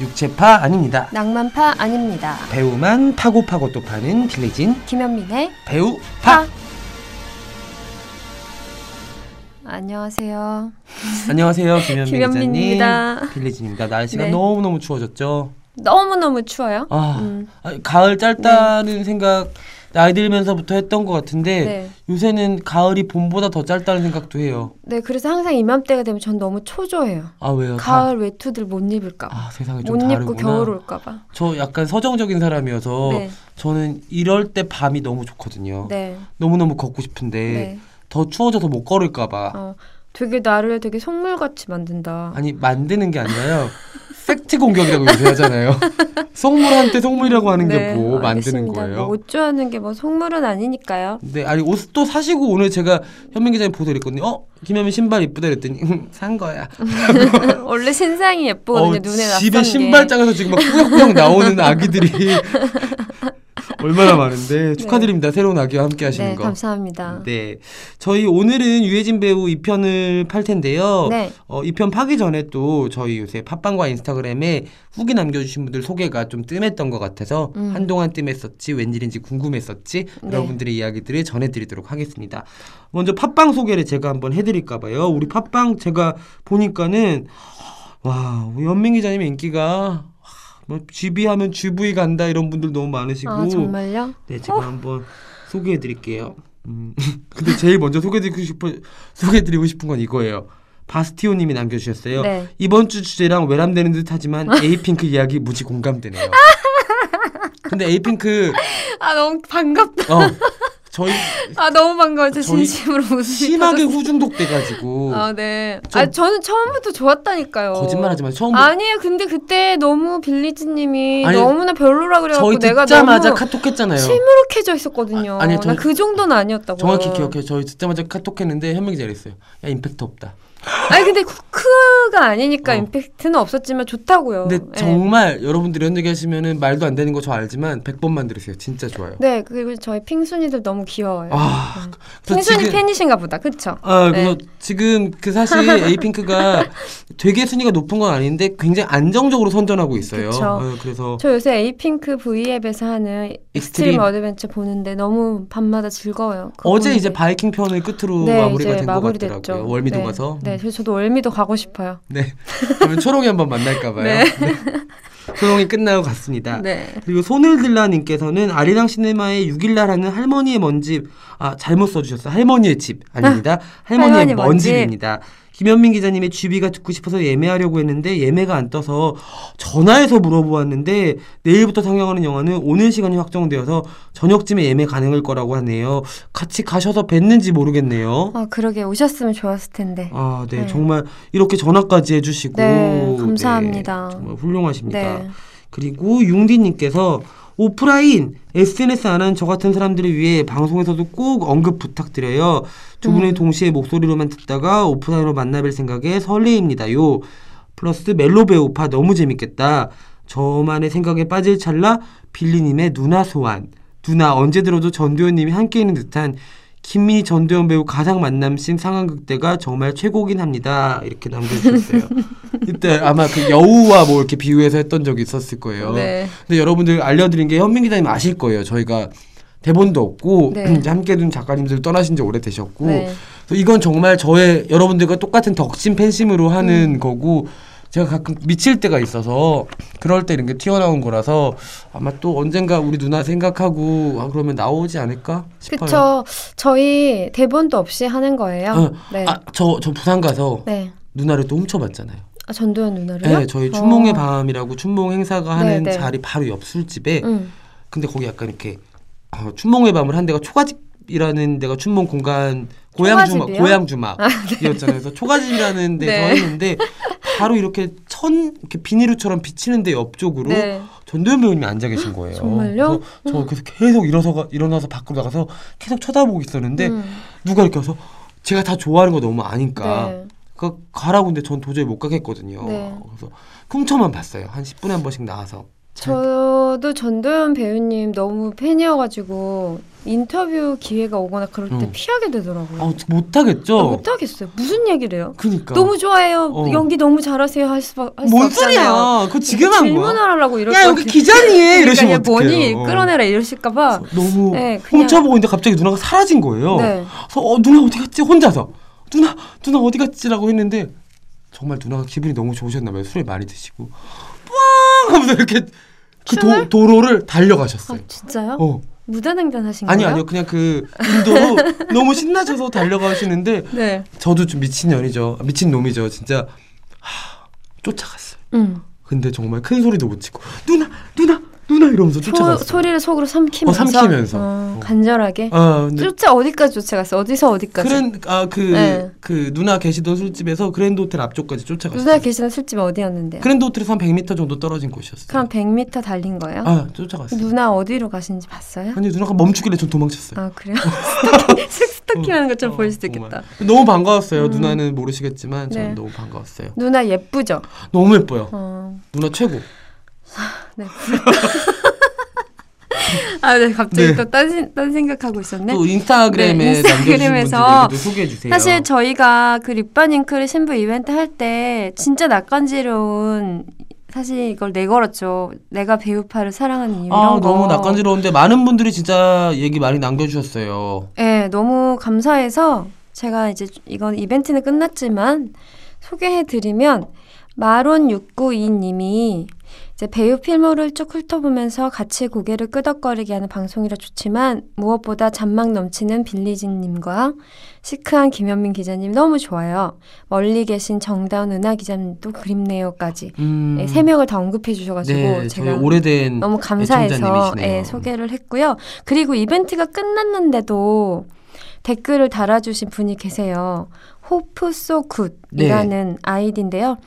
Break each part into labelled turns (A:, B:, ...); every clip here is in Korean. A: 육체파 아닙니다.
B: 낭만파 아닙니다.
A: 배우만 파고 파고 또 파는 빌리진
B: 김현민의
A: 배우파.
B: 안녕하세요.
A: 안녕하세요, 김현민
B: 김현민입니다.
A: 기자님. 빌리진입니다. 날씨가
B: 네.
A: 너무 너무 추워졌죠.
B: 너무너무 추워요.
A: 아,
B: 음.
A: 아니, 가을 짧다는 생각 나이 들면서부터 했던 것 같은데
B: 네.
A: 요새는 가을이 봄보다 더 짧다는 생각도 해요.
B: 네, 그래서 항상 이맘때가 되면 전 너무 초조해요.
A: 아 왜요? 다-
B: 가을 외투들 못 입을까 봐.
A: 아 세상이
B: 못
A: 좀 다르구나.
B: 입고 겨울 올까 봐.
A: 저 약간 서정적인 사람이어서
B: 네.
A: 저는 이럴 때 밤이 너무 좋거든요.
B: 네.
A: 너무너무 걷고 싶은데
B: 네.
A: 더 추워져서 못 걸을까 봐.
B: 어, 되게 나를 되게 속물같이 만든다.
A: 아니 만드는 게 아니라요. 팩트 공격이라고 요새 하잖아요. 속물한테 속물이라고 하는
B: 네,
A: 게 뭐 만드는
B: 알겠습니다.
A: 거예요.
B: 뭐, 옷 좋아하는 게 뭐 속물은 아니니까요.
A: 네, 아니 옷 또 사시고 오늘 제가 현민 기자님 보도 했거든요. 어, 김현민 신발 이쁘다 그랬더니 음, 산 거야.
B: 원래 신상이 예쁘거든요.
A: 어,
B: 뭐 눈에
A: 집에
B: 낯선 게.
A: 신발장에서 지금 막 꾸역꾸역 나오는 아기들이 얼마나 많은데 축하드립니다. 새로운 아기와 함께 하시는
B: 네,
A: 거.
B: 감사합니다.
A: 네, 저희 오늘은 유해진 배우 2편을 팔 텐데요.
B: 네.
A: 어, 2편 파기 전에 또 저희 요새 팟빵과 인스타그램에 후기 남겨주신 분들 소개가 좀 뜸했던 것 같아서
B: 음.
A: 한동안 뜸했었지 웬일인지 궁금했었지
B: 네.
A: 여러분들의 이야기들을 전해드리도록 하겠습니다. 먼저 팟빵 소개를 제가 한번 해드릴까 봐요. 우리 팟빵 제가 보니까는 와 우리 연민 기자님의 인기가 와, 뭐 GB 하면 GV 간다 이런 분들 너무 많으시고
B: 아, 정말요?
A: 네, 제가 한번 소개해 드릴게요. 음. 근데 제일 먼저 소개해 드리고 싶은 소개해 드리고 싶은 건 이거예요. 바스티오 님이 남겨 주셨어요.
B: 네.
A: 이번 주 주제랑 외람되는 듯하지만 에이핑크 이야기 무지 공감되네요. 근데 에이핑크
B: 아, 너무 반갑다.
A: 어 저희
B: 아, 너무 반가워요. 저
A: 저희
B: 진심으로 웃음이
A: 심하게 후중독돼 가지고
B: 터졌어요. 아, 네.
A: 좀-
B: 아, 저는 처음부터 좋았다니까요.
A: 거짓말하지 마. 처음
B: 아니에요. 근데 그때 너무 빌리지님이
A: 아니,
B: 너무나 별로라
A: 저희
B: 그래갖고 내가
A: 듣자마자
B: 너무
A: 카톡했잖아요.
B: 시무룩해져 어. 있었거든요.
A: 아, 아니요, 저는-
B: 나 그 정도는 아니었다고요.
A: 정확히 기억해요. 저희 듣자마자 카톡했는데 현명이 잘했어요. 야 임팩트 없다.
B: 아니 근데 쿠크가 아니니까
A: 어.
B: 임팩트는 없었지만 좋다고요.
A: 근데
B: 예.
A: 정말 여러분들이 현얘기 하시면은 말도 안 되는 거 저 알지만 100번만 들으세요. 진짜 좋아요.
B: 네 그리고 저희 핑순이들 너무 귀여워요.
A: 아, 그래서
B: 핑순이
A: 지금,
B: 팬이신가 보다. 그쵸?
A: 아, 그래서
B: 네.
A: 지금 그 사실 에이핑크가 되게 순위가 높은 건 아닌데 굉장히 안정적으로 선전하고 있어요.
B: 그쵸.
A: 아, 그래서
B: 저 요새 에이핑크 V앱에서 하는
A: 익스트림.
B: 익스트림 어드벤처 보는데 너무 밤마다 즐거워요. 그거
A: 어제
B: 보는데.
A: 이제 바이킹 편을 끝으로
B: 네,
A: 마무리가
B: 이제
A: 된 것
B: 마무리됐죠.
A: 같더라고요. 월미도
B: 네.
A: 가서.
B: 네, 그래서 저도 월미도 가고 싶어요.
A: 네. 그러면 초롱이 한번 만날까 봐요.
B: 네.
A: 네. 초롱이 끝나고 갔습니다.
B: 네.
A: 그리고 손을들라님께서는 아리랑 시네마의 6일날 하는 할머니의 먼집 아 잘못 써주셨어 할머니의 집 아닙니다 할머니의
B: 할머니의 먼집.
A: 먼집입니다 김현민 기자님의 쥐비가 듣고 싶어서 예매하려고 했는데 예매가 안 떠서 전화해서 물어보았는데 내일부터 상영하는 영화는 오늘 시간이 확정되어서 저녁쯤에 예매 가능할 거라고 하네요 같이 가셔서 뵀는지 모르겠네요
B: 아 그러게 오셨으면 좋았을 텐데.
A: 아, 네,
B: 네.
A: 정말 이렇게 전화까지 해주시고
B: 네, 감사합니다.
A: 네, 정말 훌륭하십니다.
B: 네.
A: 그리고 융디님께서 오프라인 SNS 안 한 저 같은 사람들을 위해 방송에서도 꼭 언급 부탁드려요. 두 분의 동시에 목소리로만 듣다가 오프라인으로 만나뵐 생각에 설레입니다요. 플러스 멜로 배우파 너무 재밌겠다. 저만의 생각에 빠질 찰나 빌리님의 누나 소환. 누나 언제 들어도 전도연님이 함께 있는 듯한 김민희 전도연 배우 가상 만남신 상황극 때가 정말 최고긴 합니다. 이렇게 남겨주셨어요. 이때 아마 그 여우와 뭐 이렇게 비유해서 했던 적이 있었을 거예요.
B: 네.
A: 근데 여러분들 알려드린 게 현민 기자님 아실 거예요. 저희가 대본도 없고
B: 네.
A: 이제 함께 해준 작가님들 떠나신 지 오래되셨고
B: 네.
A: 그래서 이건 정말 저의 여러분들과 똑같은 덕심 팬심으로 하는
B: 음.
A: 거고 제가 가끔 미칠 때가 있어서 그럴 때 이런 게 튀어나온 거라서 아마 또 언젠가 우리 누나 생각하고 아 그러면 나오지 않을까 싶어요.
B: 그쵸. 저희 대본도 없이 하는 거예요.
A: 어,
B: 네.
A: 아, 저, 저 부산 가서
B: 네.
A: 누나를 또 훔쳐봤잖아요.
B: 아, 전도연 누나를요?
A: 네, 저희
B: 어.
A: 춘몽의 밤이라고 춘몽 행사가 하는
B: 네, 네.
A: 자리 바로 옆 술집에
B: 음.
A: 근데 거기 약간 이렇게 어, 춘몽의 밤을 한 데가 초가집이라는 데가 춘몽 공간 고향 주막
B: 초가집이요?
A: 고향 주막이었잖아요. 그래서 초가집이라는 데서
B: 네.
A: 했는데 바로 이렇게 천 이렇게 비닐우처럼 비치는 데 옆쪽으로
B: 네.
A: 전도연 배우님이 앉아 계신 거예요.
B: 정말요? 음.
A: 그래서 저 그래서 계속 일어서가 일어나서 밖으로 나가서 계속 쳐다보고 있었는데
B: 음.
A: 누가 이렇게 와서 제가 다 좋아하는 거 너무 아니까
B: 네.
A: 그 가라고 근데 전 도저히 못 가겠거든요.
B: 네.
A: 그래서 훔쳐만 봤어요. 한 10분에 한 번씩 나와서.
B: 저도 전도연 배우님 너무 팬이어가지고 인터뷰 기회가 오거나 그럴 때
A: 어.
B: 피하게 되더라고요.
A: 어, 못하겠죠?
B: 아, 못하겠어요. 무슨 얘기를 해요?
A: 그니까.
B: 너무 좋아해요.
A: 그러니까. 어.
B: 연기 너무 잘하세요. 할 수밖에 뭐
A: 뭔 소리야. 그거 지금 한
B: 질문을
A: 거야.
B: 하려고 이럴
A: 야,
B: 거
A: 여기 기자니! 이러시면
B: 그러니까 뭐니
A: 어떡해요. 어.
B: 끌어내라 이러실까봐.
A: 너무
B: 네, 그냥-
A: 훔쳐보고 있는데 갑자기 누나가 사라진 거예요.
B: 네.
A: 그래서 어, 누나 어디 갔지? 혼자서. 누나, 누나 어디 갔지라고 했는데 정말 누나가 기분이 너무 좋으셨나 봐요. 술을 많이 드시고. 뿌앙 하면서 이렇게 그 도,
B: 춤을?
A: 도로를
B: 아
A: 달려가셨어요.
B: 진짜요?
A: 어.
B: 무단횡단 하신
A: 아니요,
B: 거예요?
A: 아니요. 그냥 그 인도로 너무 신나셔서 달려가시는데
B: 네.
A: 저도 좀 미친년이죠. 미친놈이죠. 진짜 하, 쫓아갔어요.
B: 음.
A: 근데 정말 큰 소리도 못 치고 누나, 누나, 누나 이러면서
B: 소,
A: 쫓아갔어요.
B: 소리를 속으로 삼키면서,
A: 어, 삼키면서.
B: 어,
A: 어.
B: 간절하게
A: 아, 근데
B: 쫓아 어디까지 쫓아갔어? 어디서 어디까지?
A: 그랜 아그 그
B: 네.
A: 누나 계시던 술집에서 그랜드 호텔 앞쪽까지 쫓아갔어요.
B: 누나 계시는 술집 어디였는데? 그
A: 그랜드 호텔에서 한 100m 정도 떨어진 곳이었어요.
B: 럼 100m 달린 거예요?
A: 아 쫓아갔어요.
B: 누나 어디로 가신지 봤어요?
A: 아니 누나가 멈추길래 전 도망쳤어요.
B: 아 그래요? 스토킹, 스토킹하는 것처럼 보일 수도
A: 어, 정말.
B: 있겠다.
A: 너무 반가웠어요.
B: 음.
A: 누나는 모르시겠지만 저는
B: 네.
A: 너무 반가웠어요.
B: 누나 예쁘죠?
A: 너무 예뻐요.
B: 어,
A: 누나 최고.
B: 네. 아, 네, 갑자기
A: 네.
B: 또딴 생- 딴 생각하고 있었네.
A: 또 인스타그램에
B: 네,
A: 남겨주신
B: 인스타그램에서
A: 분들에게도 소개해 주세요.
B: 사실 저희가 그 립밤 잉크를 신부 이벤트 할 때 진짜 낯간지러운 사실 이걸 내걸었죠. 내가 배우파를 사랑하는 이유 이런
A: 아
B: 거.
A: 너무 낯간지러운데 많은 분들이 진짜 얘기 많이 남겨주셨어요.
B: 네, 너무 감사해서 제가 이제 이건 이벤트는 끝났지만 소개해드리면 마론 692님이 이제 배우 필모를 쭉 훑어보면서 같이 고개를 끄덕거리게 하는 방송이라 좋지만 무엇보다 잔망 넘치는 빌리진님과 시크한 김현민 기자님 너무 좋아요. 멀리 계신 정다운 은하 기자님도 그립네요까지
A: 음,
B: 네, 세 명을 다 언급해 주셔가지고
A: 네, 저희
B: 제가
A: 오래된
B: 너무 감사해서
A: 애청자님이시네요.
B: 예, 소개를 했고요. 그리고 이벤트가 끝났는데도 댓글을 달아주신 분이 계세요. 호프 소
A: 네.
B: 굿이라는 아이디인데요.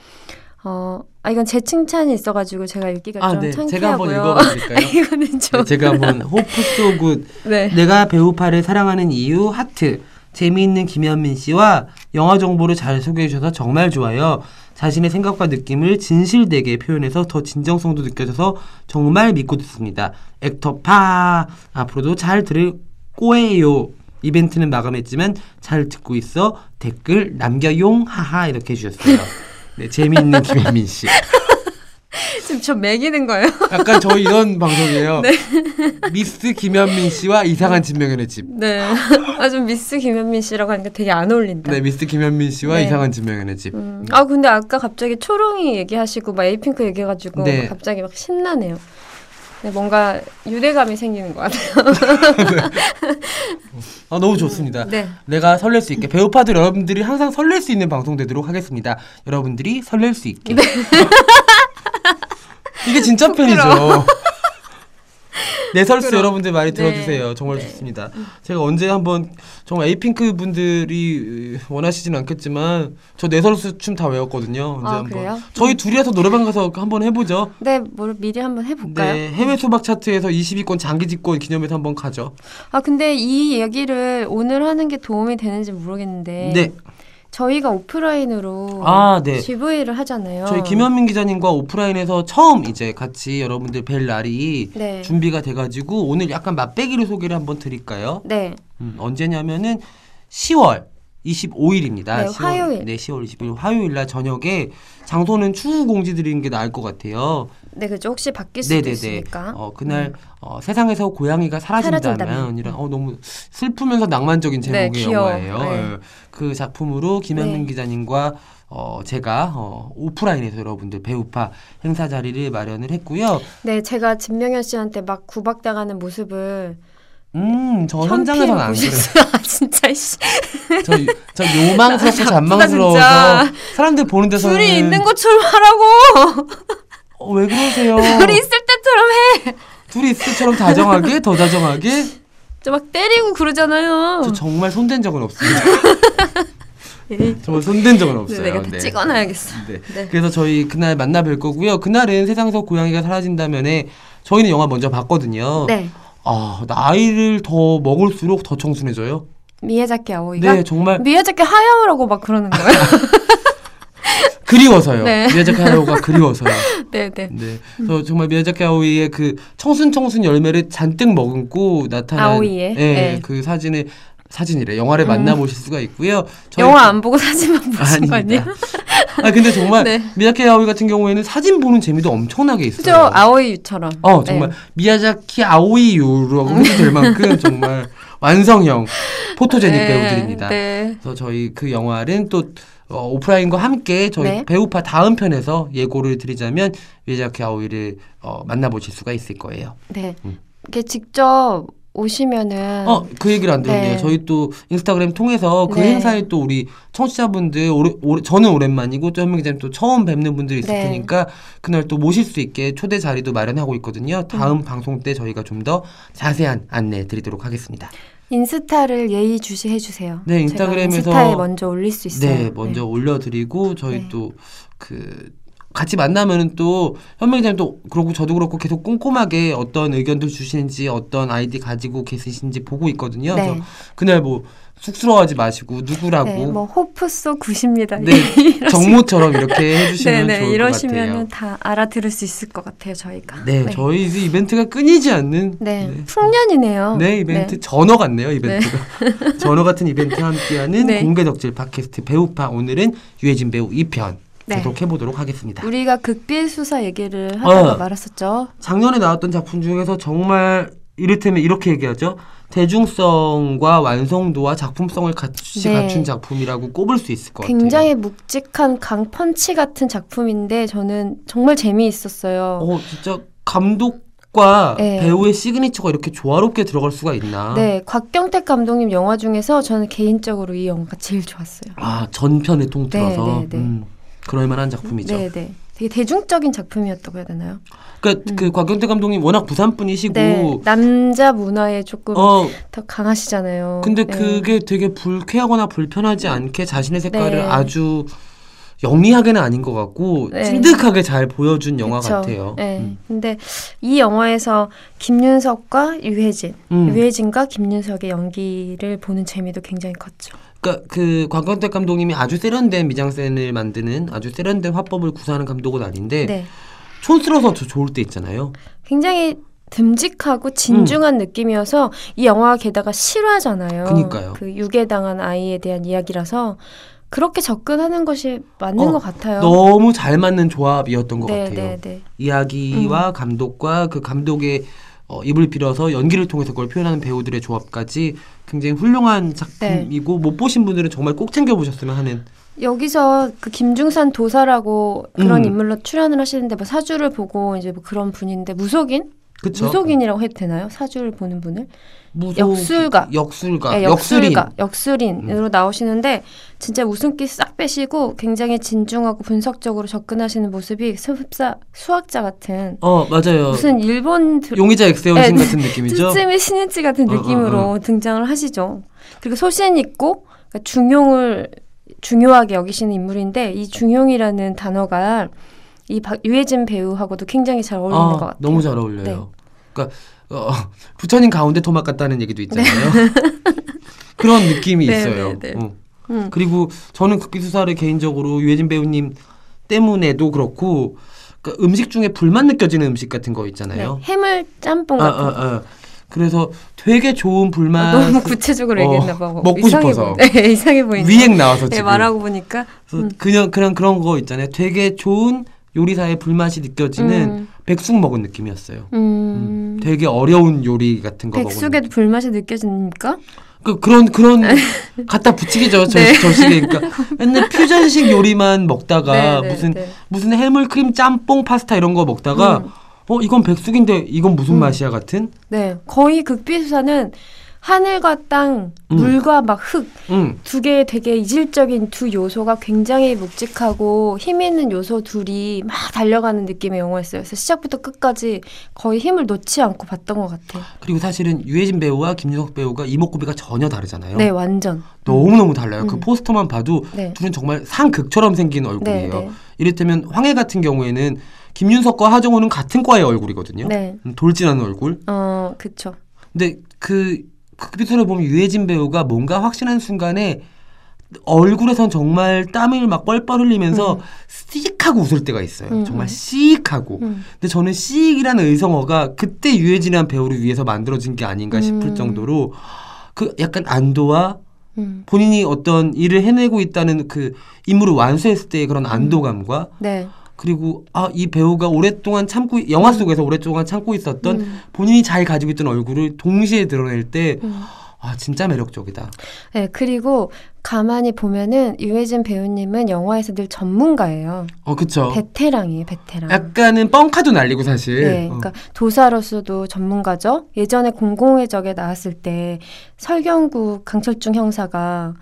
B: 어, 아 이건 제 칭찬이 있어가지고 제가 읽기가
A: 아,
B: 좀
A: 네. 제가 한번
B: 창피하고요.
A: 읽어봐드릴까요?
B: 이거는
A: 네,
B: 좀
A: 제가 한번 호프 소굿
B: 네.
A: 내가 배우파를 사랑하는 이유 하트 재미있는 김현민 씨와 영화 정보를 잘 소개해 주셔서 정말 좋아요. 자신의 생각과 느낌을 진실되게 표현해서 더 진정성도 느껴져서 정말 믿고 듣습니다. 액터파 앞으로도 잘 들을 꼬예요. 이벤트는 마감했지만 잘 듣고 있어 댓글 남겨용 하하 이렇게 해주셨어요. 네, 재미있는 김현민 씨.
B: 지금 저 매기는 거예요.
A: 약간 저희 이런 방송이에요. 미스 김현민 씨와 이상한 진명현의 집.
B: 네. 아좀 미스 김현민 씨라고 하니까 되게 안 어울린다.
A: 네, 미스 김현민 씨와
B: 네.
A: 이상한 진명현의 집.
B: 음. 아 근데 아까 갑자기 초롱이 얘기하시고 막 에이핑크 얘기해가지고
A: 네.
B: 갑자기 막 신나네요. 네, 뭔가 유대감이 생기는 것 같아요.
A: 아, 너무 좋습니다.
B: 네.
A: 내가 설렐 수 있게 배우파들 여러분들이 항상 설렐 수 있는 방송 되도록 하겠습니다. 여러분들이 설렐 수 있게.
B: 네.
A: 이게 진짜 팬이죠. 내 설수 여러분들 많이
B: 네.
A: 들어주세요. 정말 좋습니다. 제가 언제 한번 정말 에이핑크 분들이 원하시진 않겠지만 저 내 설수 춤 다 외웠거든요. 언제
B: 아,
A: 한번
B: 그래요?
A: 저희 둘이서 노래방 가서 한번 해보죠.
B: 네, 뭘 미리 한번 해볼까요?
A: 네, 해외 수박 차트에서 20위권 장기 집권 기념해서 한번 가죠.
B: 아 근데 이 얘기를 오늘 하는 게 도움이 되는지 모르겠는데 저희가 오프라인으로
A: 네. 아, 네.
B: GV를 하잖아요.
A: 저희 김현민 기자님과 오프라인에서 처음 이제 같이 여러분들 뵐 날이
B: 네.
A: 준비가 돼가지고 오늘 약간 맛배기로 소개를 한번 드릴까요?
B: 네.
A: 음, 언제냐면은 10월 25일입니다.
B: 네, 화요일.
A: 네, 10월 25일 화요일 날 저녁에 장소는 추후 공지 드리는 게 나을 것 같아요.
B: 네, 그죠. 혹시 바뀔 수도
A: 네네네.
B: 있으니까. 음.
A: 어, 그날 어, 세상에서 고양이가 사라진다면,
B: 사라진다면. 음.
A: 이런 어, 너무 슬프면서 낭만적인
B: 네,
A: 제목의
B: 귀여워.
A: 영화예요.
B: 네.
A: 예. 그 작품으로 김현민
B: 네.
A: 기자님과 어, 제가 어, 오프라인에서 여러분들 배우파 행사 자리를 마련을 했고요.
B: 네, 제가 진명현 씨한테 막 구박당하는 모습을
A: 음, 저
B: 현필
A: 현장에서는 안 그래요.
B: 보셨어요? 아, 진짜 씨.
A: 저, 저 요망스럽고 잔망스러워서
B: 진짜.
A: 사람들 보는 데서는
B: 둘이 있는 것처럼 하라고.
A: 어, 왜 그러세요?
B: 둘이 있을 때처럼 해.
A: 둘이 있을 처럼 다정하게 더 다정하게
B: 저 막 때리고 그러잖아요.
A: 저 정말 손댄 적은 없습니다.
B: 에이,
A: 정말 손댄 적은
B: 근데
A: 없어요.
B: 내가 다
A: 네.
B: 찍어놔야겠어.
A: 네.
B: 네.
A: 그래서 저희 그날 만나 뵐 거고요. 그날은 세상에서 고양이가 사라진다면에 저희는 영화 먼저 봤거든요.
B: 네.
A: 아 나이를 더 먹을수록 더 청순해져요.
B: 미야자키 아오이가
A: 네 정말
B: 미야자키 하야오라고 막 그러는 거예요.
A: 그리워서요.
B: 네.
A: 미야자키 하루가 그리워서요.
B: 네, 네.
A: 네. 그래서 정말 미야자키 아오이의 그 청순 청순 열매를 잔뜩 머금고 나타난
B: 아오이의?
A: 예,
B: 네. 음.
A: 그 사진을 사진이래. 영화를 만나보실 수가 있고요. 저희
B: 영화 안 보고 사진만 보신 거 아니에요?
A: 아닙니다. 아 근데 정말
B: 네.
A: 미야자키 아오이 같은 경우에는 사진 보는 재미도 엄청나게 있어요.
B: 그죠? 아오이유처럼.
A: 네.
B: 네.
A: 어 정말 미야자키 아오이유라고 해도 될 만큼 정말 완성형 포토제닉 배우들입니다.
B: 네.
A: 그래서 저희 그 영화는 또 어, 오프라인과 함께 저희
B: 네.
A: 배우파 다음 편에서 예고를 드리자면 미야자키 아오이를 어, 만나보실 수가 있을 거예요.
B: 네.
A: 음.
B: 이렇게 직접 오시면은
A: 어 그 얘기를 안 들었네요.
B: 음. 네.
A: 저희 또 인스타그램 통해서 그
B: 네.
A: 행사에 또 우리 청취자분들 오래, 오래- 저는 오랜만이고 또 현명 기자님 또 처음 뵙는 분들이 있을
B: 네.
A: 테니까 그날 또 모실 수 있게 초대 자리도 마련하고 있거든요. 다음 방송 때 저희가 좀 더 자세한 안내 드리도록 하겠습니다.
B: 인스타를 예의주시해 주세요.
A: 네, 인스타그램에서-
B: 인스타에 먼저 올릴 수 있어요.
A: 네, 먼저 올려드리고 저희
B: 네.
A: 또 그 같이 만나면은 또 현명장님 또 그렇고 저도 그렇고 계속 꼼꼼하게 어떤 의견들 주시는지 어떤 아이디 가지고 계시는지 보고 있거든요.
B: 네.
A: 그래서 그날 뭐 쑥스러워하지 마시고 누구라고
B: 네, 뭐 호프소 굿입니다.
A: 네, 정모처럼 이렇게 해주시면
B: 네네
A: 좋을
B: 이러시면은
A: 것
B: 다 알아들을 수 있을 것 같아요 저희가.
A: 같아요. 네, 저희 이제 이벤트가 끊이지 않는
B: 네. 어, 풍년이네요.
A: 네, 이벤트 전어 같네요, 이벤트가. 전어 같은 이벤트와 함께하는
B: 네.
A: 공개 덕질 팟캐스트 배우파 오늘은 유해진 배우 2편
B: 네.
A: 계속 해보도록 하겠습니다.
B: 우리가 극비의 수사 얘기를 하다가
A: 어.
B: 말았었죠.
A: 작년에 나왔던 작품 중에서 정말 이를테면 이렇게 얘기하죠. 대중성과 완성도와 작품성을 같이
B: 네.
A: 갖춘 작품이라고 꼽을 수 있을 것
B: 굉장히 묵직한 강펀치 같은 작품인데 저는 정말 재미있었어요.
A: 같아요. 어, 진짜 감독과
B: 네.
A: 배우의 시그니처가 이렇게 조화롭게 들어갈 수가 있나.
B: 네, 곽경택 감독님 영화 중에서 저는 개인적으로 이 영화가 제일 좋았어요.
A: 아, 전편에 통틀어서.
B: 네, 네, 네.
A: 음, 그럴 만한 작품이죠.
B: 네, 네. 되게 대중적인 작품이었다고 해야 되나요?
A: 그러니까 그 곽경태 감독님 워낙 부산 분이시고
B: 음.
A: 뭐
B: 네, 남자 문화에 조금
A: 어
B: 더 강하시잖아요.
A: 근데
B: 네.
A: 그게 되게 불쾌하거나 불편하지 않게 자신의 색깔을
B: 네.
A: 아주 영리하게는 아닌 것 같고
B: 네.
A: 찐득하게 잘 보여준 영화
B: 그쵸.
A: 같아요.
B: 네.
A: 음.
B: 근데 이 영화에서 김윤석과 유해진,
A: 음.
B: 유해진과 김윤석의 연기를 보는 재미도 굉장히 컸죠.
A: 그러니까 그 곽경태 감독님이 아주 세련된 미장센을 만드는 아주 세련된 화법을 구사하는 감독은 아닌데
B: 네.
A: 촌스러워서 저 좋을 때 있잖아요.
B: 굉장히 듬직하고 진중한 느낌이어서 이 영화가 게다가 실화잖아요.
A: 음. 그니까요.
B: 그 유괴당한 아이에 대한 이야기라서 그렇게 접근하는 것이 맞는
A: 어,
B: 것 같아요.
A: 너무 잘 맞는 조합이었던 것
B: 네,
A: 같아요.
B: 네, 네.
A: 이야기와
B: 음.
A: 감독과 그 감독의 어, 입을 빌어서 연기를 통해서 그걸 표현하는 배우들의 조합까지 굉장히 훌륭한 작품이고 못 보신 분들은 정말 꼭 챙겨 보셨으면 하는
B: 여기서 그 김중산 도사라고 그런
A: 음.
B: 인물로 출연을 하시는데 뭐 사주를 보고 이제 뭐 그런 분인데 무속인?
A: 그쵸?
B: 무속인이라고 해도 되나요? 사주를 보는 분을?
A: 무속-
B: 역술가.
A: 그러니까 역술가
B: 네,
A: 역술인 음.
B: 역술가, 역술인으로 나오시는데 진짜 웃음기 싹 빼시고 굉장히 진중하고 분석적으로 접근하시는 모습이 습사 수학자 같은
A: 어 맞아요
B: 무슨 일본 드-
A: 용의자 엑세온신
B: 네,
A: 같은 느낌이죠
B: 쯔쯔미 신인치 같은
A: 어, 어,
B: 느낌으로 등장을 하시죠. 그리고 소신 있고 그러니까 중용을 중요하게 여기시는 인물인데 이 중용이라는 단어가 이 박- 유해진 배우하고도 굉장히 잘 어울리는
A: 아,
B: 것 같아요. 네.
A: 너무 잘 어울려요 그러니까 어, 부처님 가운데 토막 같다는 얘기도 있잖아요 그런 느낌이
B: 네,
A: 있어요
B: 네, 네.
A: 어.
B: 음.
A: 그리고 저는 극비수사를 개인적으로 유해진 배우님 때문에도 그렇고 그러니까 음식 중에 불만 느껴지는 음식 같은 거
B: 네,
A: 있잖아요.
B: 해물 짬뽕
A: 아,
B: 같은
A: 아, 아. 그래서 되게 좋은 불만
B: 아, 너무 구체적으로
A: 어,
B: 얘기했나 봐. 뭐
A: 먹고
B: 이상해
A: 싶어서.
B: 보인다. 네, 이상해 보인다.
A: 위액 나와서
B: 네,
A: 지금
B: 말하고 음. 보니까
A: 그래서 그냥 그냥 그런 거 있잖아요. 되게 좋은 요리사의 불맛이 느껴지는
B: 음.
A: 백숙 먹은 느낌이었어요.
B: 음,
A: 되게 어려운 요리 같은 거 먹은
B: 백숙에도 불맛이 느껴집니까?
A: 그, 그런 그런 갖다 붙이기죠 저,
B: 네.
A: 저식에 그러니까 맨날 퓨전식 요리만 먹다가
B: 네, 네,
A: 무슨
B: 네.
A: 무슨 해물크림 짬뽕 파스타 이런 거 먹다가
B: 음.
A: 어 이건 백숙인데 이건 무슨 맛이야 같은
B: 네, 거의 극비수사는 하늘과 땅,
A: 음.
B: 물과 막 흙 두
A: 음.
B: 개의 되게 이질적인 두 요소가 굉장히 묵직하고 힘 있는 요소 둘이 막 달려가는 느낌의 영화였어요. 그래서 시작부터 끝까지 거의 힘을 놓지 않고 봤던 것 같아요.
A: 그리고 사실은 유해진 배우와 김윤석 배우가 이목구비가 전혀 다르잖아요
B: 네, 완전.
A: 너무너무 달라요 그
B: 음.
A: 포스터만 봐도
B: 네.
A: 둘은 정말 상극처럼 생긴 얼굴이에요
B: 네, 네.
A: 이를테면 황해 같은 경우에는 김윤석과 하정우는 같은 과의 얼굴이거든요
B: 네.
A: 음, 돌진하는 얼굴
B: 어, 그쵸.
A: 근데 그 극비서를 보면 유해진 배우가 뭔가 확신한 순간에 얼굴에선 정말 땀을 막 뻘뻘 흘리면서 씩 하고 웃을 때가 있어요.
B: 음,
A: 정말
B: 음.
A: 씩 하고.
B: 음.
A: 근데 저는 씩이라는 의성어가 그때 유해진한 배우를 위해서 만들어진 게 아닌가 싶을
B: 음.
A: 정도로 그 약간 안도와
B: 음.
A: 본인이 어떤 일을 해내고 있다는 그 임무를 완수했을 때의 그런 안도감과
B: 네.
A: 그리고 아 이 배우가 오랫동안 참고 영화 속에서 오랫동안 참고 있었던
B: 음.
A: 본인이 잘 가지고 있던 얼굴을 동시에 드러낼 때
B: 음.
A: 아, 진짜 매력적이다.
B: 네, 그리고 가만히 보면은 유해진 배우님은 영화에서 늘 전문가예요.
A: 어, 아, 그쵸.
B: 베테랑이에요, 베테랑.
A: 약간은 뻥카도 날리고 사실. 어.
B: 네, 그러니까 도사로서도 전문가죠. 예전에 공공의 적에 나왔을 때 설경구 강철중 형사가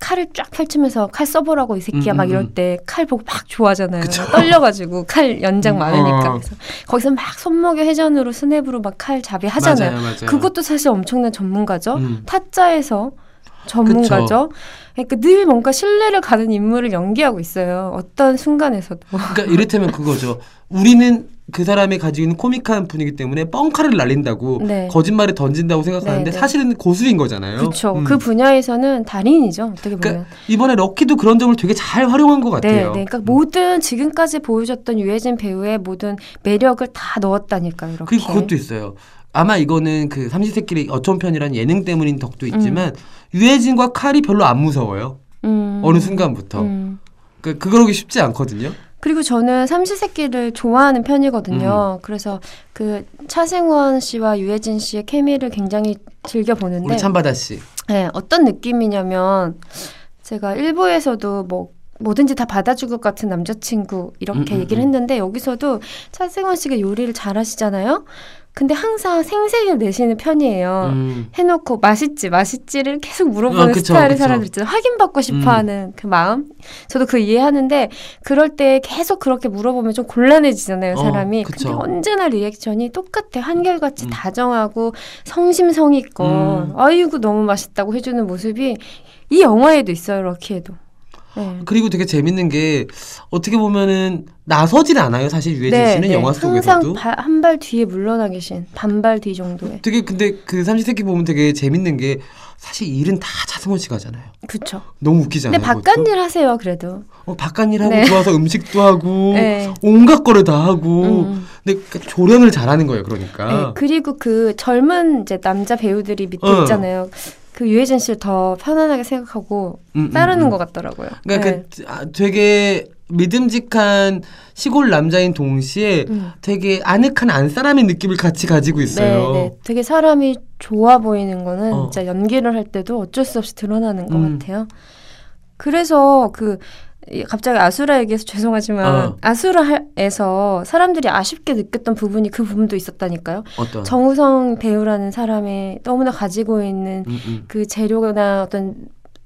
B: 칼을 쫙 펼치면서 칼 써보라고 이 새끼야
A: 음,
B: 막
A: 음,
B: 이럴
A: 음.
B: 때 칼 보고 막 좋아하잖아요.
A: 그쵸.
B: 떨려가지고 칼 연장
A: 음,
B: 많으니까
A: 어.
B: 그래서 거기서 막 손목에 회전으로 스냅으로 막 칼 잡이 하잖아요.
A: 맞아요, 맞아요.
B: 그것도 사실 엄청난 전문가죠.
A: 음.
B: 타짜에서 전문가죠. 그러니까 늘 뭔가 신뢰를 가는 인물을 연기하고 있어요. 어떤 순간에서도.
A: 그러니까 이를테면 그거죠. 우리는 그 사람이 가지고 있는 코믹한 분이기 때문에 뻥카를 날린다고
B: 네.
A: 거짓말을 던진다고 생각하는데
B: 네, 네.
A: 사실은 고수인 거잖아요.
B: 그렇죠.
A: 음.
B: 그 분야에서는 달인이죠. 어떻게 보면.
A: 그러니까 이번에 럭키도 그런 점을 되게 잘 활용한 것
B: 네, 네.
A: 같아요.
B: 그러니까 모든 지금까지 보여줬던 유해진 배우의 모든 매력을 다 넣었다니까요. 이렇게.
A: 그리고 그것도 있어요. 아마 이거는 그 삼시세끼리 어촌편이라는 예능 때문인 덕도 있지만 유해진과 칼이 별로 안 무서워요.
B: 음,
A: 어느 순간부터.
B: 음.
A: 그 그러기 쉽지 않거든요.
B: 그리고 저는 삼시세끼를 좋아하는 편이거든요.
A: 음.
B: 그래서 그 차승원 씨와 유해진 씨의 케미를 굉장히 즐겨 보는데
A: 우리 참바다 씨.
B: 네, 어떤 느낌이냐면 제가 일부에서도 뭐 뭐든지 다 받아줄 것 같은 남자친구 이렇게
A: 음, 음,
B: 얘기를
A: 음.
B: 했는데 여기서도 차승원 씨가 요리를 잘하시잖아요. 근데 항상 생색을 내시는 편이에요.
A: 음.
B: 해놓고 맛있지 맛있지를 계속 물어보는
A: 어, 그쵸,
B: 스타일의
A: 그쵸.
B: 사람들 있잖아요. 확인받고 싶어하는 그 마음. 저도 그 이해하는데 그럴 때 계속 그렇게 물어보면 좀 곤란해지잖아요
A: 어,
B: 사람이.
A: 그쵸.
B: 근데 언제나 리액션이 똑같아 한결같이
A: 음.
B: 다정하고 성심성의껏
A: 음.
B: 아이고 너무 맛있다고 해주는 모습이 이 영화에도 있어요 럭키에도. 네.
A: 그리고 되게 재밌는 게 어떻게 보면은 나서질 않아요. 사실 유해진 씨는 네, 영화
B: 네, 항상
A: 속에서도.
B: 한 발 뒤에 물러나 계신 반발 뒤 정도에.
A: 되게 근데 그 삼시세끼 보면 되게 재밌는 게 사실 일은 다 차승원 씨가 하잖아요.
B: 그쵸.
A: 너무 웃기잖아요.
B: 근데 바깥
A: 네, 그것도.
B: 일 하세요 그래도.
A: 어, 바깥일 하고
B: 네.
A: 좋아서 음식도 하고
B: 네.
A: 온갖 거를 다 하고
B: 음.
A: 근데 그 조련을 잘하는 거예요.
B: 네,
A: 그러니까.
B: 그리고 그 젊은 이제 남자 배우들이 밑에
A: 어.
B: 있잖아요. 그 유해진 씨를 더 편안하게 생각하고
A: 음, 음,
B: 따르는
A: 음.
B: 것 같더라고요.
A: 그러니까
B: 네.
A: 그 아, 되게 믿음직한 시골 남자인 동시에
B: 음.
A: 되게 아늑한 안사람의 느낌을 같이 가지고 있어요.
B: 네, 네. 되게 사람이 좋아 보이는 거는
A: 어.
B: 진짜 연기를 할 때도 어쩔 수 없이 드러나는 것
A: 음.
B: 같아요. 그래서 그 이- 갑자기 아수라 얘기해서 죄송하지만
A: 어.
B: 아수라에서 사람들이 아쉽게 느꼈던 부분이 그 부분도 있었다니까요.
A: 어떤?
B: 정우성 배우라는 사람이 너무나 가지고 있는
A: 음, 음.
B: 그 재료나 어떤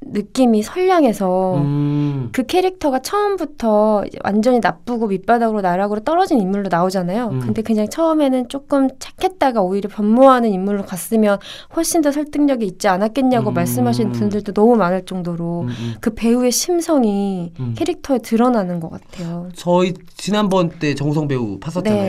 B: 느낌이 선량해서
A: 음.
B: 그 캐릭터가 처음부터 이제 완전히 나쁘고 밑바닥으로 나락으로 떨어진 인물로 나오잖아요.
A: 음.
B: 근데 그냥 처음에는 조금 착했다가 오히려 변모하는 인물로 갔으면 훨씬 더 설득력이 있지 않았겠냐고
A: 음.
B: 말씀하시는 분들도 너무 많을 정도로
A: 음, 음.
B: 그 배우의 심성이
A: 음.
B: 캐릭터에 드러나는 것 같아요.
A: 저희 지난번 때 정우성 배우
B: 네, 네.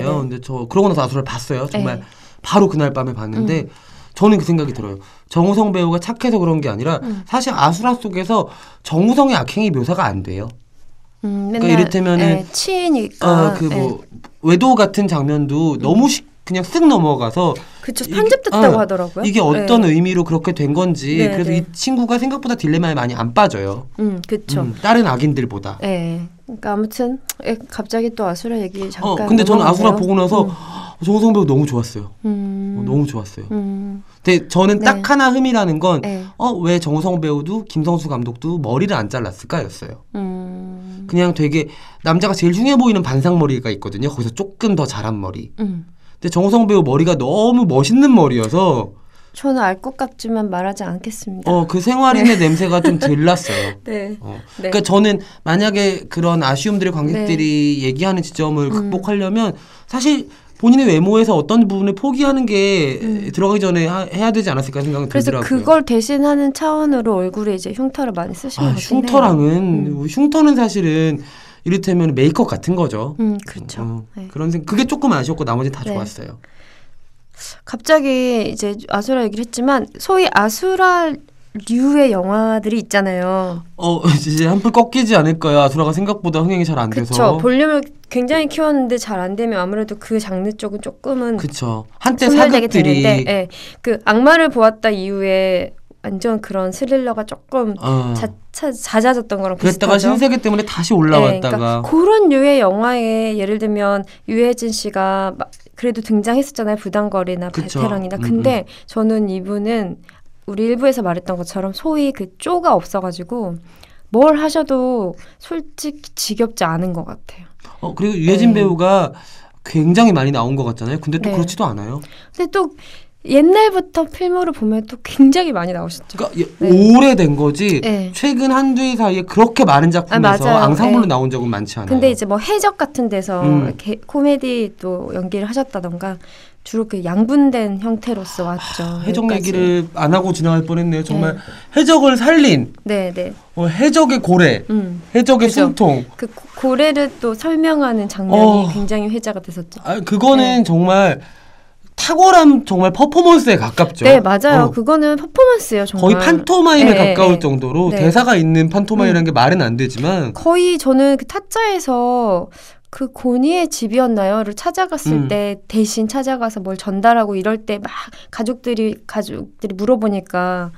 A: 팠었잖아요. 근데 저 그러고 나서 아수라를 봤어요. 정말
B: 네. 음.
A: 바로 그날 밤에 봤는데 저는 그 생각이 들어요. 정우성 배우가 착해서 그런 게 아니라
B: 음.
A: 사실 아수라 속에서 정우성의 악행이 묘사가 안 돼요.
B: 음, 맨날
A: 그러니까 이를테면은
B: 예, 치이니까 예,
A: 아 그 뭐 외도 같은 장면도 너무 쉽- 그냥 쓱 넘어가서
B: 그쵸
A: 이게-
B: 편집됐다고
A: 어,
B: 하더라고요.
A: 이게 어떤
B: 예.
A: 의미로 그렇게 된 건지
B: 네,
A: 그래서
B: 네.
A: 이 친구가 생각보다 딜레마에 많이 안 빠져요.
B: 음 그쵸.
A: 음, 다른 악인들보다.
B: 예. 그러니까 아무튼 예, 갑자기 또 아수라 얘기 잠깐.
A: 어 근데 저는 아수라
B: 넘어가네요.
A: 보고 나서 정우성 배우 너무 좋았어요.
B: 음.
A: 어, 너무 좋았어요.
B: 음.
A: 근데 저는
B: 네.
A: 딱 하나 흠이라는 건
B: 예.
A: 어, 왜 정우성 배우도 김성수 감독도 머리를 안 잘랐을까? 였어요.
B: 음.
A: 그냥 되게 남자가 제일 흉해 보이는 반상머리가 있거든요. 거기서 조금 더 자란 머리.
B: 음.
A: 근데 정우성 배우 머리가 너무 멋있는 머리여서
B: 저는 알 것 같지만 말하지 않겠습니다.
A: 어, 그 생활인의 냄새가 좀 덜 났어요.
B: 네.
A: 어.
B: 네.
A: 그러니까 저는 만약에 그런 아쉬움들을 관객들이
B: 네.
A: 얘기하는
B: 음.
A: 지점을 극복하려면 사실 본인의 외모에서 어떤 부분을 포기하는 게 들어가기 전에 하- 해야 되지 않았을까 생각이
B: 음. 그래서
A: 들더라고요.
B: 그걸 대신하는 차원으로 얼굴에 이제 흉터를 많이 쓰시는
A: 아,
B: 것 같은데. 음.
A: 흉터랑은 흉터는 사실은 이를테면 메이크업 같은 거죠.
B: 음, 그렇죠.
A: 어,
B: 네.
A: 그런 생 그게 조금 아쉬웠고 나머지 다
B: 네.
A: 좋았어요.
B: 갑자기 이제 아수라 얘기를 했지만 소위 아수라 류의 영화들이 있잖아요.
A: 어 이제 한풀 꺾이지 않을 거야. 아수라가 생각보다 흥행이 잘 안
B: 그쵸.
A: 돼서.
B: 볼륨을 굉장히 키웠는데 잘 안 되면 아무래도 그 장르 쪽은 조금은
A: 그쵸. 한때
B: 소멸되게
A: 네, 사극들이
B: 되는데, 예. 그 악마를 보았다 이후에 완전 그런 스릴러가 조금
A: 어,
B: 자, 차, 잦아졌던 거랑 비슷하죠.
A: 그랬다가 신세계 때문에 다시 올라왔다가
B: 그러니까 그런 류의 영화에 예를 들면 유해진 씨가 막 그래도 등장했었잖아요. 부당거리나
A: 그쵸.
B: 베테랑이나.
A: 음,
B: 근데 저는 이분은 우리 일부에서 말했던 것처럼 소위 그 쪼가 없어가지고 뭘 하셔도 솔직히 지겹지 않은 것 같아요.
A: 어, 그리고 유해진
B: 네.
A: 배우가 굉장히 많이 나온 것 같잖아요. 근데 또
B: 네.
A: 그렇지도 않아요.
B: 근데 또 옛날부터 필모를 보면 또 굉장히 많이 나오셨죠.
A: 그러니까 예,
B: 네.
A: 오래된 거지.
B: 네.
A: 최근 한두해 사이에 그렇게 많은 작품에서
B: 맞아요.
A: 앙상블로
B: 네.
A: 나온 적은 많지 않아요.
B: 근데 이제 뭐 해적 같은 데서
A: 음.
B: 이렇게 코미디 또 연기를 하셨다던가 주로 그 양분된 형태로서 왔죠.
A: 아, 해적
B: 여기까지.
A: 얘기를 안 하고 지나갈 뻔했네요. 정말 해적을 살린
B: 네, 네.
A: 어, 해적의 고래,
B: 음.
A: 해적의
B: 그죠.
A: 숨통.
B: 그 고- 고래를 또 설명하는 장면이
A: 어.
B: 굉장히 회자가 됐었죠.
A: 아,
B: 네.
A: 그거는 정말 탁월한 정말 퍼포먼스에 가깝죠.
B: 네, 맞아요.
A: 어,
B: 그거는 퍼포먼스예요, 정말.
A: 거의 판토마임에
B: 네,
A: 가까울
B: 네.
A: 정도로
B: 네. 음.
A: 대사가 있는 판토마임이라는 게 말은 안 되지만
B: 거의 저는 그 타짜에서 그 고니의 집이었나요?를 찾아갔을
A: 음.
B: 때 대신 찾아가서 뭘 전달하고 이럴 때 막 가족들이 가족들이 물어보니까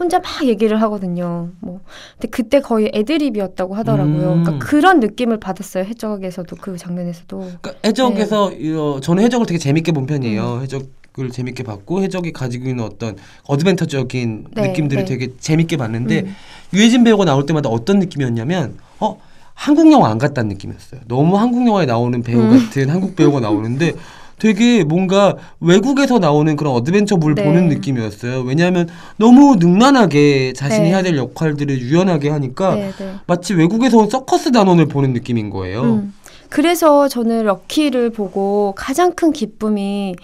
B: 혼자 막 얘기를 하거든요. 뭐 근데 그때 거의 애드립이었다고 하더라고요.
A: 음.
B: 그러니까 그런 느낌을 받았어요. 해적에서도 그 장면에서도.
A: 그러니까
B: 네.
A: 해적에서 이어, 저는 해적을 되게 재밌게 본 편이에요.
B: 음.
A: 해적을 재밌게 봤고 해적이 가지고 있는 어떤 어드벤처적인
B: 네,
A: 느낌들을
B: 네.
A: 되게 재밌게 봤는데
B: 음.
A: 유해진 배우가 나올 때마다 어떤 느낌이었냐면 어 한국 영화 안 갔다는 느낌이었어요. 너무 한국 영화에 나오는 배우
B: 음.
A: 같은 한국 배우가 나오는데 되게 뭔가 외국에서 나오는 그런 어드벤처물
B: 네.
A: 보는 느낌이었어요. 왜냐하면 너무 능란하게 자신이
B: 네.
A: 해야 될 역할들을 유연하게 하니까
B: 네, 네.
A: 마치 외국에서 온 서커스 단원을 보는 느낌인 거예요.
B: 음. 그래서 저는 럭키를 보고 가장 큰 기쁨이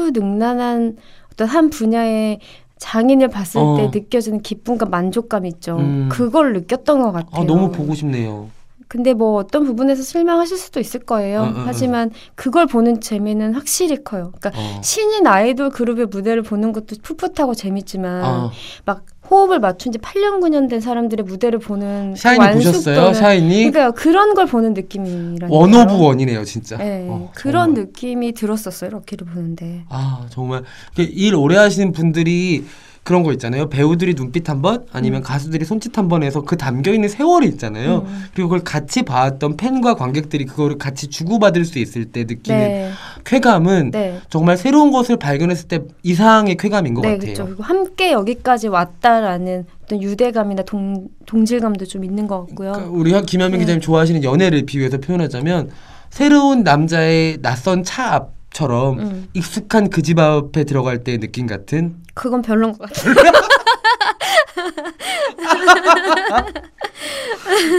B: 능수능란한 어떤 한 분야의 장인을 봤을
A: 어.
B: 때 느껴지는 기쁨과 만족감 있죠.
A: 음.
B: 그걸 느꼈던 것 같아요.
A: 아 너무 보고 싶네요.
B: 근데 뭐 어떤 부분에서 실망하실 수도 있을 거예요.
A: 음, 음, 음.
B: 하지만 그걸 보는 재미는 확실히 커요. 그러니까
A: 어.
B: 신인 아이돌 그룹의 무대를 보는 것도 풋풋하고 재밌지만
A: 아,
B: 막 호흡을 맞춘 지 8년 9년 된 사람들의 무대를 보는 그
A: 샤이니 보셨어요?
B: 완숙도는
A: 샤이니
B: 그러니까요. 그런 걸 보는 느낌이라니까요.
A: 원 오브 원이네요, 진짜.
B: 네,
A: 어,
B: 그런
A: 정말.
B: 느낌이 들었었어요. 럭키를 보는데.
A: 아 정말 그일 오래 하시는 분들이 그런 거 있잖아요. 배우들이 눈빛 한 번, 아니면 가수들이 손짓 한 번 해서 그 담겨 있는 세월이 있잖아요.
B: 음.
A: 그리고 그걸 같이 봐왔던 팬과 관객들이 그거를 같이 주고받을 수 있을 때 느끼는
B: 네,
A: 쾌감은
B: 네,
A: 정말 새로운 것을 발견했을 때 이상의 쾌감인 것
B: 네,
A: 같아요.
B: 그렇죠. 그리고 함께 여기까지 왔다라는 어떤 유대감이나 동 동질감도 좀 있는 것
A: 그러니까
B: 같고요.
A: 우리 현- 김현민
B: 네.
A: 기자님 좋아하시는 연애를 비유해서 표현하자면 새로운 남자의 낯선 차 앞처럼
B: 음,
A: 익숙한 그 집 앞에 들어갈 때의 느낌 같은
B: 그건 별론 것 같아요.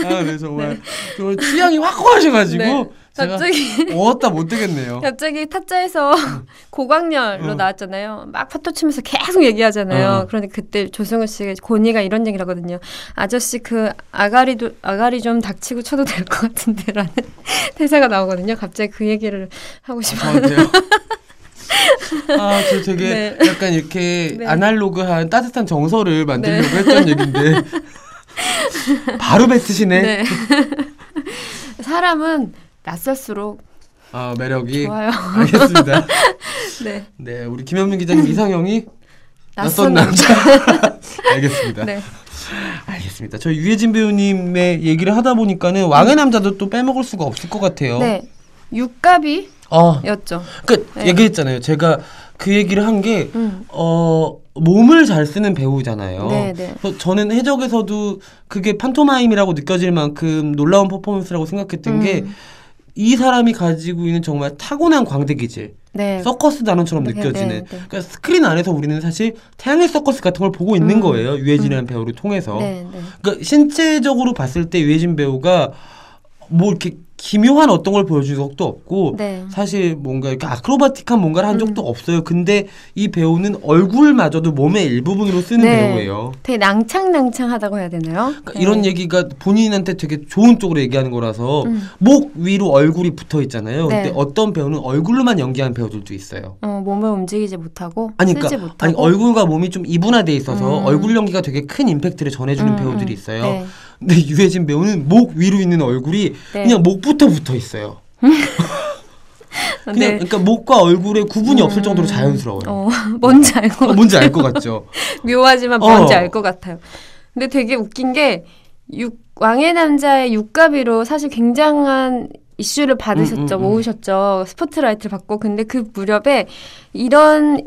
A: 아, 네, 정말 정말 취향이 확고하셔가지고
B: 네.
A: 제가
B: 갑자기
A: 어따 음. 못 되겠네요.
B: 갑자기 타짜에서 고광렬로
A: 음.
B: 나왔잖아요. 막 파토 치면서 계속 얘기하잖아요.
A: 음.
B: 그런데 그때 조승우 씨가 고니가 이런 얘기를 하거든요. 아저씨 그 아가리도 아가리 좀 닥치고 쳐도 될 것 같은데라는 대사가 나오거든요. 갑자기 그 얘기를 하고 싶어.
A: 저한테요. 아, 저 되게 약간 이렇게
B: 네.
A: 아날로그한 따뜻한 정서를 만들려고 했던 얘긴데 바로 뱉으시네.
B: 네. 사람은 낯설수록
A: 아, 매력이
B: 좋아요.
A: 알겠습니다.
B: 네.
A: 네, 우리 김현민 기자님 이상형이 낯선
B: 낯선
A: 남자. 알겠습니다.
B: 네.
A: 알겠습니다. 저희 유해진 배우님의 얘기를 하다 보니까는 왕의 남자도 또 빼먹을 수가 없을 것 같아요.
B: 네. 육갑이였죠.
A: 아, 그 얘기했잖아요. 제가 그 얘기를 한 게
B: 음.
A: 어, 몸을 잘 쓰는 배우잖아요.
B: 네, 네.
A: 그래서 저는 해적에서도 그게 판토마임이라고 느껴질 만큼 놀라운 퍼포먼스라고 생각했던
B: 음.
A: 게 이 사람이 가지고 있는 정말 타고난 광대 기질,
B: 네.
A: 서커스 단원처럼
B: 네,
A: 느껴지는.
B: 네, 네.
A: 그러니까 스크린 안에서 우리는 사실 태양의 서커스 같은 걸 보고 있는
B: 음.
A: 거예요. 유해진이라는 배우를 통해서.
B: 네, 네.
A: 그러니까 신체적으로 봤을 때 유해진 배우가 뭐 이렇게 기묘한 어떤 걸 보여준 적도 없고
B: 네.
A: 사실 뭔가 이렇게 아크로바틱한 뭔가를 한
B: 음.
A: 적도 없어요. 근데 이 배우는 얼굴마저도 몸의 일부분으로 쓰는
B: 네.
A: 배우예요.
B: 되게 낭창낭창하다고 해야 되나요?
A: 그러니까
B: 네.
A: 이런 얘기가 본인한테 되게 좋은 쪽으로 얘기하는 거라서
B: 음.
A: 목 위로 얼굴이 붙어 있잖아요.
B: 네.
A: 근데 어떤 배우는 얼굴로만 연기한 배우들도 있어요.
B: 어, 몸을 움직이지 못하고
A: 아니
B: 쓰지
A: 그러니까
B: 못하고
A: 아니 얼굴과 몸이 좀 이분화돼 있어서
B: 음.
A: 얼굴 연기가 되게 큰 임팩트를 전해주는
B: 음,
A: 배우들이
B: 음.
A: 있어요.
B: 네.
A: 근데 유해진 배우는 목 위로 있는 얼굴이
B: 네.
A: 그냥 목부터 붙어 있어요. 그냥
B: 네.
A: 그러니까 목과 얼굴에 구분이 없을 정도로
B: 음.
A: 자연스러워요.
B: 어, 뭔지 알고
A: 어, 뭔지 알 것 같죠.
B: 묘하지만
A: 어.
B: 뭔지 알 것 같아요. 근데 되게 웃긴 게 육, 왕의 남자의 육가비로 사실 굉장한 이슈를 받으셨죠,
A: 음, 음, 음.
B: 모으셨죠, 스포트라이트를 받고 근데 그 무렵에 이런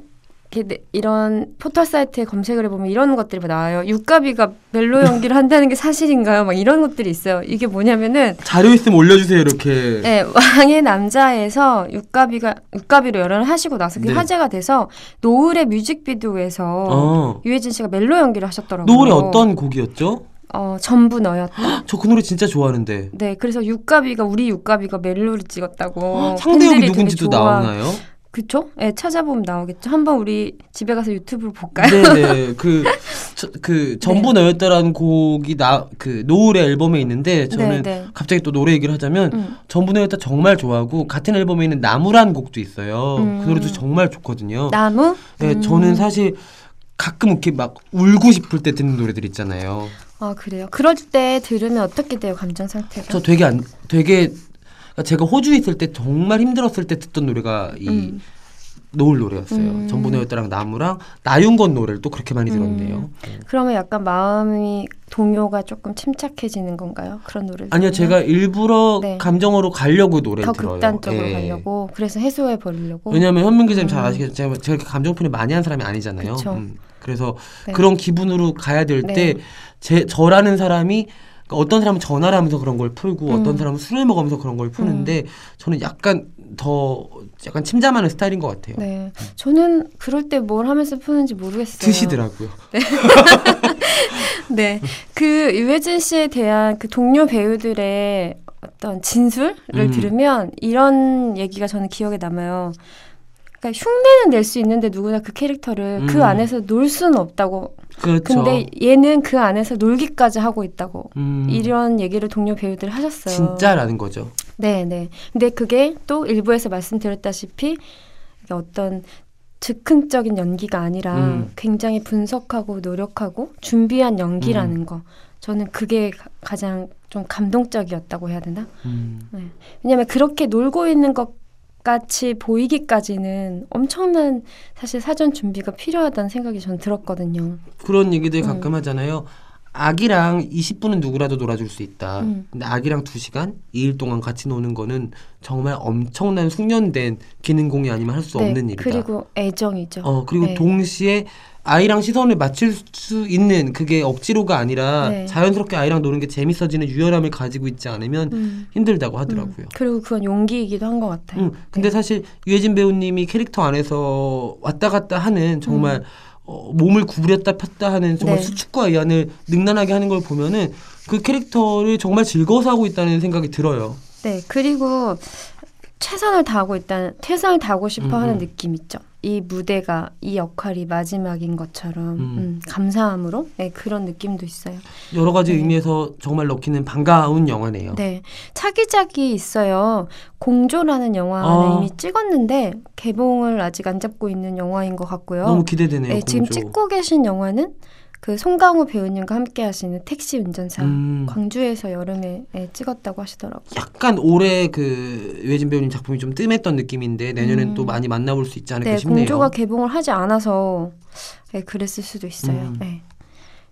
B: 이렇게 내- 이런 포털 사이트에 검색을 해보면 이런 것들이 막 나와요. 육가비가 멜로 연기를 한다는 게 사실인가요? 막 이런 것들이 있어요. 이게 뭐냐면은
A: 자료 있으면 올려주세요 이렇게.
B: 네, 왕의 남자에서 육가비가 육가비로 열연을 하시고 나서 그게
A: 네.
B: 화제가 돼서 노을의 뮤직비디오에서
A: 어.
B: 유해진 씨가 멜로 연기를 하셨더라고요.
A: 노을의 어떤 곡이었죠?
B: 어, 전부 너였다.
A: 저 그 노래 진짜 좋아하는데.
B: 네, 그래서 육가비가 우리 육가비가 멜로를 찍었다고.
A: 상대역이
B: 어, 팬들이 되게
A: 누군지도
B: 좋아-
A: 나오나요?
B: 그쵸? 예, 찾아보면 나오겠죠. 한번 우리 집에 가서 유튜브를 볼까요?
A: 네네 그 그 전부
B: 네.
A: 너였다라는 곡이 나 그 노을의 앨범에 있는데 저는
B: 네, 네.
A: 갑자기 또 노래 얘기를 하자면
B: 음.
A: 전부 너였다 정말 좋아하고 같은 앨범에 있는 나무란 곡도 있어요.
B: 음.
A: 그 노래도 정말 좋거든요.
B: 나무?
A: 네,
B: 음.
A: 저는 사실 가끔 이렇게 막 울고 싶을 때 듣는 노래들 있잖아요.
B: 아 그래요. 그럴 때 들으면 어떻게 돼요? 감정 상태가?
A: 저 되게 안 되게 그러니까 제가 호주에 있을 때 정말 힘들었을 때 듣던 노래가 이
B: 음.
A: 노을 노래였어요.
B: 음. 음.
A: 전부네였다랑 나무랑 나윤건 노래를 또 그렇게 많이 들었네요.
B: 그러면 약간 마음이 동요가 조금 침착해지는 건가요? 그런 노래.
A: 아니요, 제가 일부러
B: 네.
A: 감정으로 가려고 노래
B: 더
A: 를 네, 들어요.
B: 극단적으로
A: 예.
B: 가려고 그래서 해소해 버리려고.
A: 왜냐하면 현민 기자님 잘
B: 음.
A: 아시겠지만 제가 제가 이렇게 감정 표현 많이 한 사람이 아니잖아요. 음.
B: 그쵸.
A: 그래서
B: 네.
A: 그런 기분으로 가야 될 때
B: 네.
A: 제 저라는 사람이 그러니까 어떤 사람은 전화를 하면서 그런 걸 풀고
B: 음.
A: 어떤 사람은 술을 먹으면서 그런 걸 푸는데 저는 약간 더 약간 침잠하는 스타일인 것 같아요.
B: 네, 저는 그럴 때 뭘 하면서 푸는지 모르겠어요.
A: 드시더라고요.
B: 네. 그 유해진 씨에 대한 그 동료 배우들의 어떤 진술을
A: 음.
B: 들으면 이런 얘기가 저는 기억에 남아요. 그러니까 흉내는 낼 수 있는데 누구나 그 캐릭터를
A: 음.
B: 그 안에서 놀 수는 없다고.
A: 그렇죠.
B: 근데 얘는 그 안에서 놀기까지 하고 있다고.
A: 음,
B: 이런 얘기를 동료 배우들 하셨어요.
A: 진짜라는 거죠.
B: 네, 네. 근데 그게 또 일부에서 말씀드렸다시피 이게 어떤 즉흥적인 연기가 아니라
A: 음.
B: 굉장히 분석하고 노력하고 준비한
A: 음.
B: 연기라는 거. 저는 그게 가- 가장 좀 감동적이었다고 해야 되나?
A: 음.
B: 왜냐면 그렇게 놀고 있는 것 같이 보이기까지는 엄청난 사실 사전 준비가 필요하다는 생각이 전 들었거든요.
A: 그런 얘기들
B: 음.
A: 가끔 하잖아요. 아기랑 20분은 누구라도 놀아줄 수 있다.
B: 음.
A: 근데 아기랑 2시간, 2일 동안 같이 노는 거는 정말 엄청난 숙련된 기능공이 아니면 할 수 없는 일이다.
B: 네, 그리고 애정이죠.
A: 어, 그리고
B: 네.
A: 동시에 아이랑 시선을 맞출 수 있는 그게 억지로가 아니라
B: 네.
A: 자연스럽게 아이랑 노는 게 재밌어지는 유연함을 가지고 있지 않으면
B: 음,
A: 힘들다고
B: 음.
A: 하더라고요.
B: 그리고 그건 용기이기도 한 것 같아요. 네.
A: 음, 근데 사실 유해진 배우님이 캐릭터 안에서 왔다 갔다 하는 정말 어, 몸을 구부렸다 폈다 하는 정말
B: 음. 네.
A: 수축과 이안을 능란하게 하는 걸 보면은 그 캐릭터를 정말 즐거워서 하고 있다는 생각이 들어요.
B: 네, 그리고 최선을 다하고 있다는 최선을 다하고 싶어
A: 음,
B: 하는
A: 음.
B: 느낌 있죠. 이 무대가 이 역할이 마지막인 것처럼
A: 음.
B: 음, 감사함으로 네, 그런 느낌도 있어요.
A: 여러 가지
B: 네.
A: 의미에서 정말 넣기는 반가운 영화네요.
B: 네, 차기작이 있어요. 공조라는 영화는
A: 아.
B: 이미 찍었는데 개봉을 아직 안 잡고 있는 영화인 것 같고요.
A: 너무 기대되네요.
B: 네, 지금
A: 공조.
B: 찍고 계신 영화는 그 송강호 배우님과 함께 하시는 택시 운전사
A: 음,
B: 광주에서 여름에 네, 찍었다고 하시더라고요.
A: 약간 올해 그 유해진 배우님 작품이 좀 뜸했던 느낌인데 내년엔
B: 음.
A: 또 많이 만나볼 수 있지 않을까
B: 네,
A: 싶네요.
B: 공조가 개봉을 하지 않아서 네, 그랬을 수도 있어요.
A: 음.
B: 네.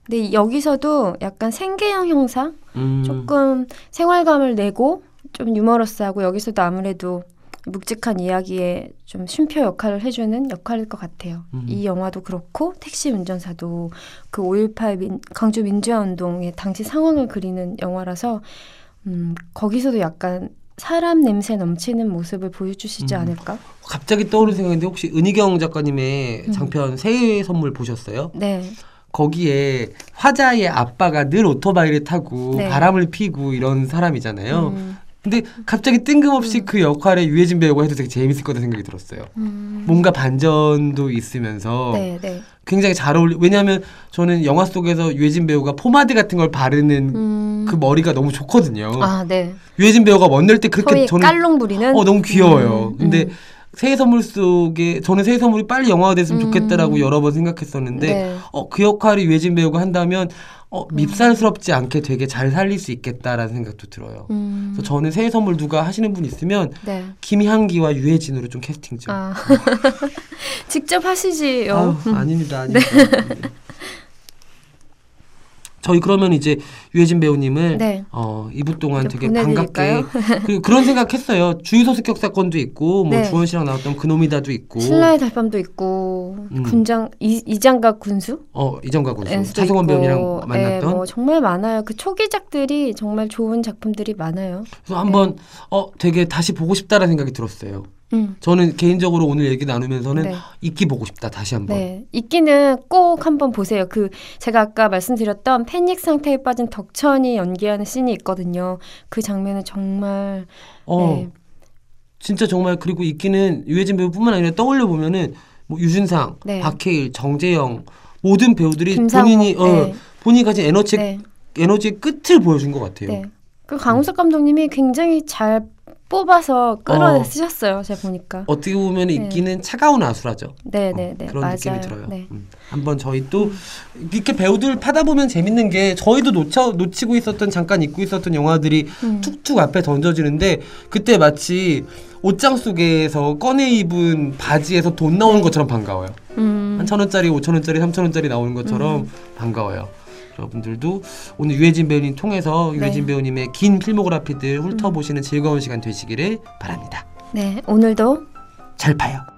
B: 근데 여기서도 약간 생계형 형사
A: 음,
B: 조금 생활감을 내고 좀 유머러스하고 여기서도 아무래도 묵직한 이야기에 좀 쉼표 역할을 해주는 역할일 것 같아요.
A: 음.
B: 이 영화도 그렇고 택시 운전사도 그 5.18 민- 강주 민주화 운동의 당시 상황을 그리는 영화라서 음, 거기서도 약간 사람 냄새 넘치는 모습을 보여주시지
A: 음.
B: 않을까?
A: 갑자기 떠오르는 생각인데 혹시 은희경 작가님의
B: 음.
A: 장편 새해 선물 보셨어요?
B: 네.
A: 거기에 화자의 아빠가 늘 오토바이를 타고
B: 네.
A: 바람을 피고 이런 사람이잖아요.
B: 음.
A: 근데 갑자기 뜬금없이 그 역할에 유해진 배우가 해도 되게 재밌을 거다 생각이 들었어요.
B: 음.
A: 뭔가 반전도 있으면서
B: 네, 네.
A: 굉장히 잘 어울리. 왜냐하면 저는 영화 속에서 유해진 배우가 포마드 같은 걸 바르는
B: 음.
A: 그 머리가 너무 좋거든요.
B: 아, 네.
A: 유해진 배우가 멋낼 때 그렇게
B: 소위
A: 저는
B: 깔롱 부리는
A: 어 너무 귀여워요.
B: 음,
A: 근데
B: 음.
A: 새해 선물 속에 저는 새해 선물이 빨리 영화가 됐으면
B: 음.
A: 좋겠다라고 여러 번 생각했었는데
B: 네.
A: 어, 그 역할을 유해진 배우가 한다면 어, 밉살스럽지 않게 되게 잘 살릴 수 있겠다라는 생각도 들어요.
B: 음.
A: 그래서 저는 새해 선물 누가 하시는 분 있으면
B: 네.
A: 김향기와 유해진으로 좀 캐스팅 좀.
B: 아. 직접 하시지요.
A: 뭐 아유, 아닙니다, 아닙니다. 네. 저희 그러면 이제 유해진 배우님을
B: 네.
A: 어, 2부 동안
B: 이제
A: 되게 반갑게
B: 보내드릴까요?
A: 그리고 그런 생각했어요. 주유소 습격 사건도 있고 뭐
B: 네.
A: 주원 씨랑 나왔던 그놈이다도 있고
B: 신라의 달밤도 있고
A: 음.
B: 군장 이, 이장갑 군수
A: 어 이정과 군수
B: 엔스도
A: 차승원
B: 네, 있고,
A: 배우랑 만났던
B: 예, 뭐 정말 많아요. 그 초기작들이 정말 좋은 작품들이 많아요.
A: 그래서
B: 네.
A: 한번 어 되게 다시 보고 싶다라는 생각이 들었어요.
B: 음.
A: 저는 개인적으로 오늘 얘기 나누면서는
B: 네.
A: 잊기 보고 싶다 다시 한번.
B: 네, 있기는 꼭 한번 보세요. 그 제가 아까 말씀드렸던 패닉 상태에 빠진 덕천이 연기하는 씬이 있거든요. 그 장면은 정말
A: 어
B: 네.
A: 진짜 정말 그리고 잊기는 유해진 배우뿐만 아니라 떠올려 보면은 뭐 유준상,
B: 네.
A: 박해일, 정재영 모든 배우들이
B: 김상호,
A: 본인이 어
B: 네.
A: 본인이 가진 에너지
B: 네,
A: 에너지의 끝을 보여준 것 같아요.
B: 네. 그 강우석 감독님이 굉장히 잘 뽑아서 끌어
A: 어.
B: 쓰셨어요. 제가 보니까.
A: 어떻게 보면 잊기는 차가운 아수라죠.
B: 네,
A: 어,
B: 네, 네,
A: 그런
B: 맞아요.
A: 느낌이 들어요.
B: 네.
A: 음. 한번 저희 또 이렇게 배우들 파다 보면 재밌는 게 저희도 놓쳐 놓치고 있었던 잠깐 잊고 있었던 영화들이
B: 음.
A: 툭툭 앞에 던져지는데 그때 마치 옷장 속에서 꺼내 입은 바지에서 돈 나오는 것처럼 반가워요.
B: 음.
A: 한 천 원짜리, 오천 원짜리, 삼천 원짜리 나오는 것처럼 반가워요. 여러분들도 오늘 유해진 배우님 통해서 유해진 배우님의 긴 필모그래피들 훑어보시는 즐거운 시간 되시기를 바랍니다.
B: 네, 오늘도
A: 잘 봐요.